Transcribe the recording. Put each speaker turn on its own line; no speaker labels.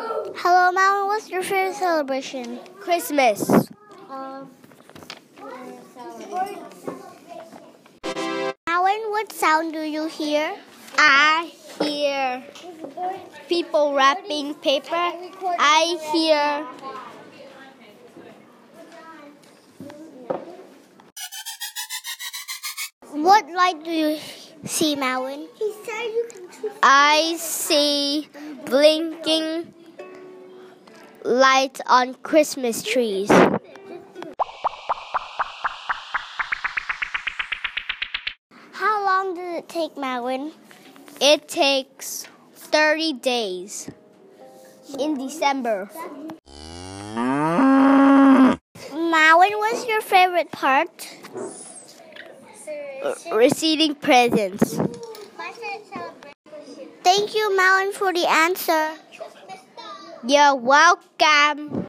Hello, Mom. What's your favorite celebration?
Christmas.
Um, Alan, what sound do you hear?
I hear people wrapping paper. I hear
What light do you see, Malin? He said you can choose.
I see blinking lights on Christmas trees.
How long did it take, Malin?
It takes 30 days in December.
Malin, what's your favorite part?
Uh, Receiving presents.
Thank you, Malin, for the answer.
You're welcome.